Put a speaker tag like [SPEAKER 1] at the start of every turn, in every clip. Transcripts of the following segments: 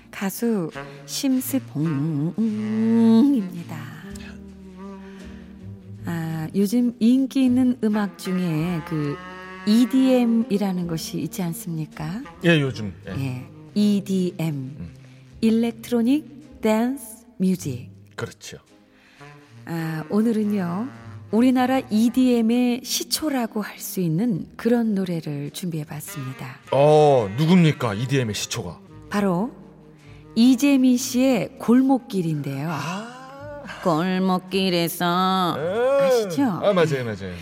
[SPEAKER 1] 가수 심스봉입니다. 아, 요즘 인기 있는 음악 중에 그 EDM이라는 것이 있지 않습니까?
[SPEAKER 2] 예, 요즘. 예.
[SPEAKER 1] 예. EDM. 일렉트로닉 댄스 뮤직.
[SPEAKER 2] 그렇죠.
[SPEAKER 1] 아, 오늘은요. 우리나라 EDM의 시초라고 할 수 있는 그런 노래를 준비해 봤습니다.
[SPEAKER 2] 어, 누굽니까? EDM의 시초가.
[SPEAKER 1] 바로 이재민 씨의 골목길인데요.
[SPEAKER 2] 아, 예.
[SPEAKER 1] 골목길에서 아시죠?
[SPEAKER 2] 아, 맞아요, 맞아요.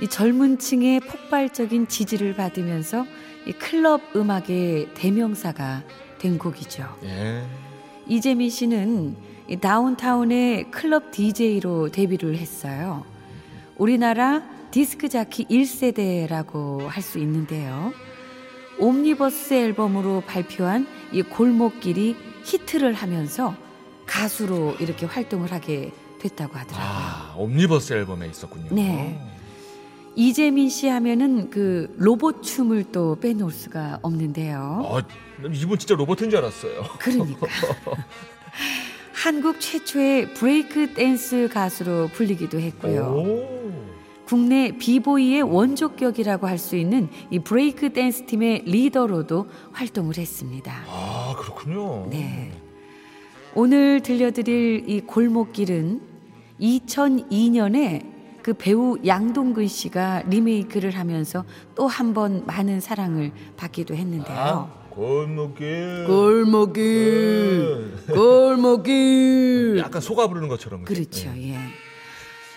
[SPEAKER 1] 이 젊은 층의 폭발적인 지지를 받으면서 이 클럽 음악의 대명사가 된 곡이죠.
[SPEAKER 2] 예.
[SPEAKER 1] 이재민 씨는 이 다운타운의 클럽 DJ로 데뷔를 했어요. 우리나라 디스크 자키 1세대라고 할 수 있는데요. 옴니버스 앨범으로 발표한 이 골목길이 히트를 하면서 가수로 이렇게 활동을 하게 됐다고 하더라고요.
[SPEAKER 2] 아, 옴니버스 앨범에 있었군요.
[SPEAKER 1] 네. 이재민 씨 하면은 그 로봇 춤을 또 빼놓을 수가 없는데요.
[SPEAKER 2] 아, 이분 진짜 로봇인 줄 알았어요.
[SPEAKER 1] 그러니까. 한국 최초의 브레이크 댄스 가수로 불리기도
[SPEAKER 2] 어.
[SPEAKER 1] 했고요.
[SPEAKER 2] 오.
[SPEAKER 1] 국내 비보이의 원조격이라고 할 수 있는 이 브레이크 댄스 팀의 리더로도 활동을 했습니다.
[SPEAKER 2] 아, 그렇군요.
[SPEAKER 1] 네. 오늘 들려드릴 이 골목길은 2002년에 그 배우 양동근 씨가 리메이크를 하면서 또 한 번 많은 사랑을 받기도 했는데요.
[SPEAKER 2] 아, 골목길.
[SPEAKER 1] 골목길, 골목길.
[SPEAKER 2] 약간 소가 부르는 것처럼.
[SPEAKER 1] 그 그렇죠.
[SPEAKER 2] 예.
[SPEAKER 1] 예.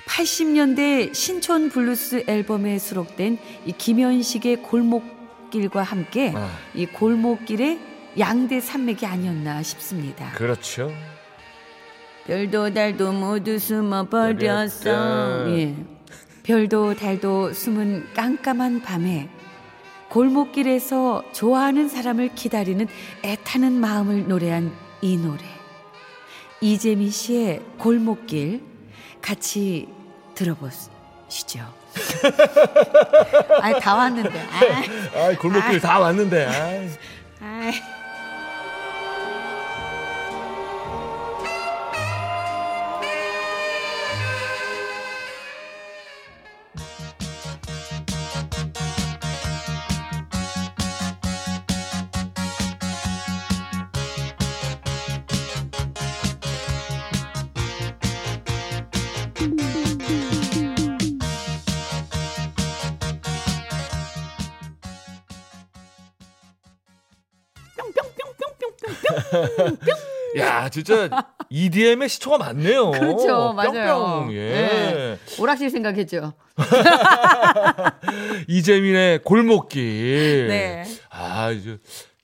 [SPEAKER 1] 80년대 신촌 블루스 앨범에 수록된 이 김현식의 골목길과 함께
[SPEAKER 2] 아.
[SPEAKER 1] 이 골목길의 양대 산맥이 아니었나 싶습니다.
[SPEAKER 2] 그렇죠.
[SPEAKER 1] 별도 달도 모두 숨어 버렸어.
[SPEAKER 2] 버렸다.
[SPEAKER 1] 예. 별도 달도 숨은 깜깜한 밤에 골목길에서 좋아하는 사람을 기다리는 애타는 마음을 노래한 이 노래. 이재민 씨의 골목길 같이 들어보시죠. 아, 다 왔는데. 아,
[SPEAKER 2] 아, 골목길 다 왔는데. 아이.
[SPEAKER 1] 아.
[SPEAKER 2] 야, 진짜 EDM의 시초가 많네요.
[SPEAKER 1] 그렇죠, 맞아요. 네.
[SPEAKER 2] 뿅뿅. 예.
[SPEAKER 1] 오락실 생각했죠.
[SPEAKER 2] 이재민의 골목길.
[SPEAKER 1] 네.
[SPEAKER 2] 아, 이제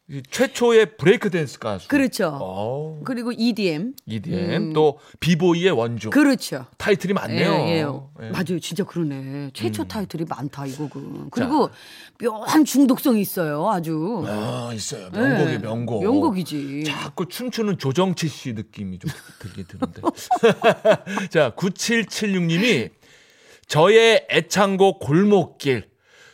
[SPEAKER 2] 이 최초의 브레이크 댄스 가수.
[SPEAKER 1] 그렇죠.
[SPEAKER 2] 어,
[SPEAKER 1] 그리고 EDM.
[SPEAKER 2] EDM 또 비보이의 원조.
[SPEAKER 1] 그렇죠.
[SPEAKER 2] 타이틀이 많네요.
[SPEAKER 1] 예, 예.
[SPEAKER 2] 예. 음.
[SPEAKER 1] 맞아요. 진짜 그러네. 최초 타이틀이 많다 이곡은. 그리고 묘한 중독성이 있어요. 아주.
[SPEAKER 2] 아, 있어요. 명곡이
[SPEAKER 1] 예.
[SPEAKER 2] 명곡.
[SPEAKER 1] 명곡이지.
[SPEAKER 2] 자꾸 춤추는 조정치 씨 느낌이 좀 들게 드는데. 자, 9776님이 저의 애창곡 골목길.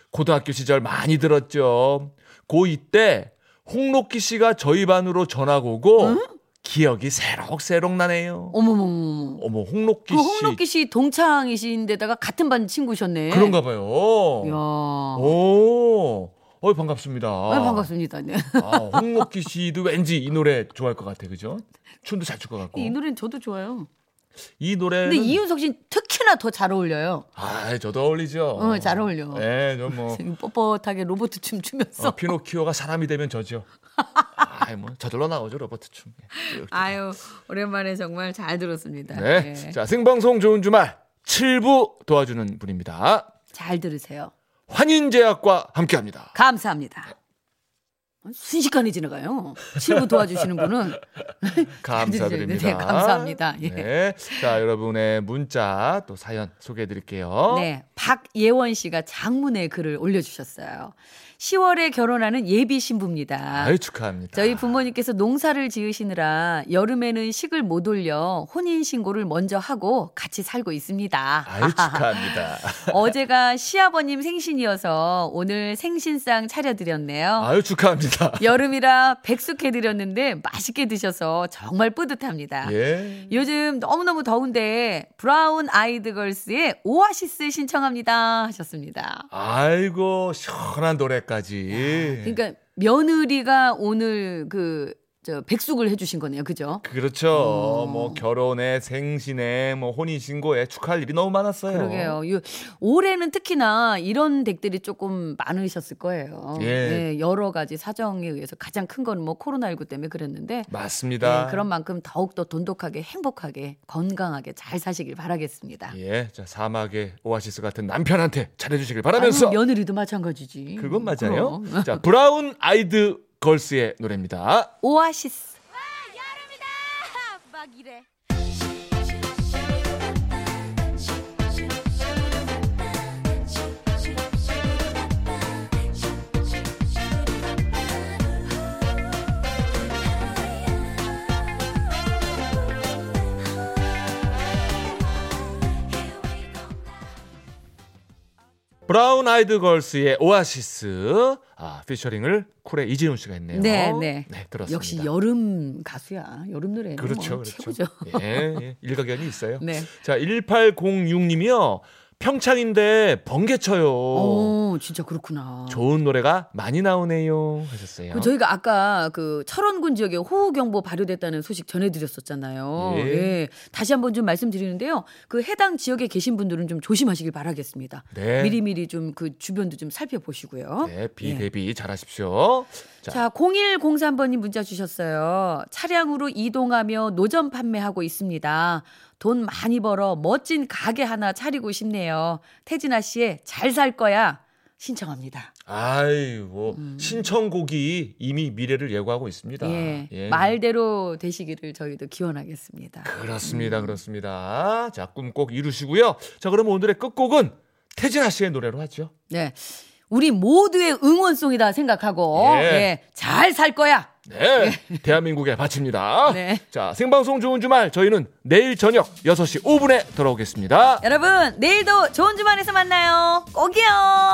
[SPEAKER 2] 고등학교 시절 많이 들었죠. 고2 때 홍록기 씨가 저희 반으로 전학 오고 기억이 새록새록 나네요.
[SPEAKER 3] 어머머머.
[SPEAKER 2] 어머 홍록기
[SPEAKER 3] 그
[SPEAKER 2] 씨
[SPEAKER 3] 홍록기 씨 동창이신데다가 같은 반 친구셨네.
[SPEAKER 2] 그런가 봐요.
[SPEAKER 3] 이야.
[SPEAKER 2] 오, 어이 반갑습니다.
[SPEAKER 3] 아, 반갑습니다. 네.
[SPEAKER 2] 아, 홍록기 씨도 왠지 이 노래 좋아할 것 같아, 그죠? 춤도 잘 출 것 같고.
[SPEAKER 3] 이 노래는 저도 좋아요.
[SPEAKER 2] 이 노래는
[SPEAKER 3] 근데 이윤석 씨는 특히나 더 잘 어울려요.
[SPEAKER 2] 아, 저도 어울리죠.
[SPEAKER 3] 어, 잘 어울려.
[SPEAKER 2] 예, 저뭐
[SPEAKER 3] 뻣뻣하게 로봇 춤 추면서.
[SPEAKER 2] 어, 피노키오가 사람이 되면 저죠. 아, 뭐 저절로 나오죠 로버트 춤. 예, 쭉쭉.
[SPEAKER 3] 아유, 오랜만에 정말 잘 들었습니다.
[SPEAKER 2] 네.
[SPEAKER 3] 예.
[SPEAKER 2] 자, 생방송 좋은 주말 7부 도와주는 분입니다.
[SPEAKER 3] 잘 들으세요.
[SPEAKER 2] 환인제약과 함께합니다.
[SPEAKER 3] 감사합니다. 순식간에 지나가요. 실무 도와주시는 분은
[SPEAKER 2] 감사드립니다.
[SPEAKER 3] 그, 네, 감사합니다. 예.
[SPEAKER 2] 네. 자, 여러분의 문자 또 사연 소개해 드릴게요.
[SPEAKER 3] 네, 박예원 씨가 장문의 글을 올려주셨어요. 10월에 결혼하는 예비 신부입니다.
[SPEAKER 2] 아유, 축하합니다.
[SPEAKER 3] 저희 부모님께서 농사를 지으시느라 여름에는 식을 못 올려 혼인 신고를 먼저 하고 같이 살고 있습니다.
[SPEAKER 2] 아유, 축하합니다.
[SPEAKER 3] 어제가 시아버님 생신이어서 오늘 생신상 차려드렸네요.
[SPEAKER 2] 아유, 축하합니다.
[SPEAKER 3] 여름이라 백숙해드렸는데 맛있게 드셔서 정말 뿌듯합니다.
[SPEAKER 2] 예.
[SPEAKER 3] 요즘 너무너무 더운데 브라운 아이드 걸스의 오아시스 신청합니다 하셨습니다.
[SPEAKER 2] 아이고, 시원한 노래까지.
[SPEAKER 3] 그러니까 며느리가 오늘 그 저 백숙을 해주신 거네요, 그죠?
[SPEAKER 2] 그렇죠.
[SPEAKER 3] 어.
[SPEAKER 2] 뭐 결혼에 생신에 뭐 혼인 신고에 축하할 일이 너무 많았어요.
[SPEAKER 3] 그러게요. 요- 올해는 특히나 이런 댁들이 조금 많으셨을 거예요.
[SPEAKER 2] 예.
[SPEAKER 3] 네, 여러 가지 사정에 의해서 가장 큰 거는 뭐 코로나19 때문에 그랬는데
[SPEAKER 2] 맞습니다.
[SPEAKER 3] 네, 그런 만큼 더욱더 돈독하게 행복하게 건강하게 잘 사시길 바라겠습니다.
[SPEAKER 2] 예, 자 사막의 오아시스 같은 남편한테 잘해주시길
[SPEAKER 3] 아유,
[SPEAKER 2] 바라면서
[SPEAKER 3] 며느리도 마찬가지지.
[SPEAKER 2] 그건 맞아요.
[SPEAKER 3] 그럼.
[SPEAKER 2] 자 브라운 아이드 걸스의 노래입니다.
[SPEAKER 3] 오아시스.
[SPEAKER 4] 막 이래. Here we go now.
[SPEAKER 2] 브라운 아이드 걸스의 오아시스 아 피처링을 쿨의 이재훈 씨가 했네요.
[SPEAKER 3] 네, 네.
[SPEAKER 2] 들었습니다.
[SPEAKER 3] 역시 여름 가수야. 여름 노래.
[SPEAKER 2] 그렇죠,
[SPEAKER 3] 뭐
[SPEAKER 2] 그렇죠.
[SPEAKER 3] 최고죠.
[SPEAKER 2] 예, 예, 일가견이 있어요.
[SPEAKER 3] 네.
[SPEAKER 2] 자 1806님이요 평창인데 번개 쳐요.
[SPEAKER 3] 오, 진짜 그렇구나.
[SPEAKER 2] 좋은 노래가 많이 나오네요 하셨어요.
[SPEAKER 3] 그 저희가 아까 그 철원군 지역에 호우경보 발효됐다는 소식 전해드렸었잖아요.
[SPEAKER 2] 예.
[SPEAKER 3] 예. 다시 한번 좀 말씀드리는데요. 그 해당 지역에 계신 분들은 좀 조심하시길 바라겠습니다.
[SPEAKER 2] 네.
[SPEAKER 3] 미리미리 좀 그 주변도 좀 살펴보시고요.
[SPEAKER 2] 네,
[SPEAKER 3] 예.
[SPEAKER 2] 비대비 잘하십시오. 자,
[SPEAKER 3] 자, 0103번님 문자 주셨어요. 차량으로 이동하며 노점 판매하고 있습니다. 돈 많이 벌어 멋진 가게 하나 차리고 싶네요. 태진아 씨의 잘 살 거야 신청합니다.
[SPEAKER 2] 아이고 신청곡이 이미 미래를 예고하고 있습니다.
[SPEAKER 3] 음. 예,
[SPEAKER 2] 예.
[SPEAKER 3] 말대로 되시기를 저희도 기원하겠습니다.
[SPEAKER 2] 그렇습니다, 그렇습니다. 자, 꿈 꼭 이루시고요. 자, 그럼 오늘의 끝곡은 태진아 씨의 노래로 하죠.
[SPEAKER 3] 네. 우리 모두의 응원송이다 생각하고
[SPEAKER 2] 예.
[SPEAKER 3] 예. 잘 살 거야.
[SPEAKER 2] 네, 대한민국에 바칩니다.
[SPEAKER 3] 예. 네.
[SPEAKER 2] 자, 생방송 좋은 주말 저희는 내일 저녁 6시 5분에 돌아오겠습니다.
[SPEAKER 3] 여러분, 내일도 좋은 주말에서 만나요. 꼭이요.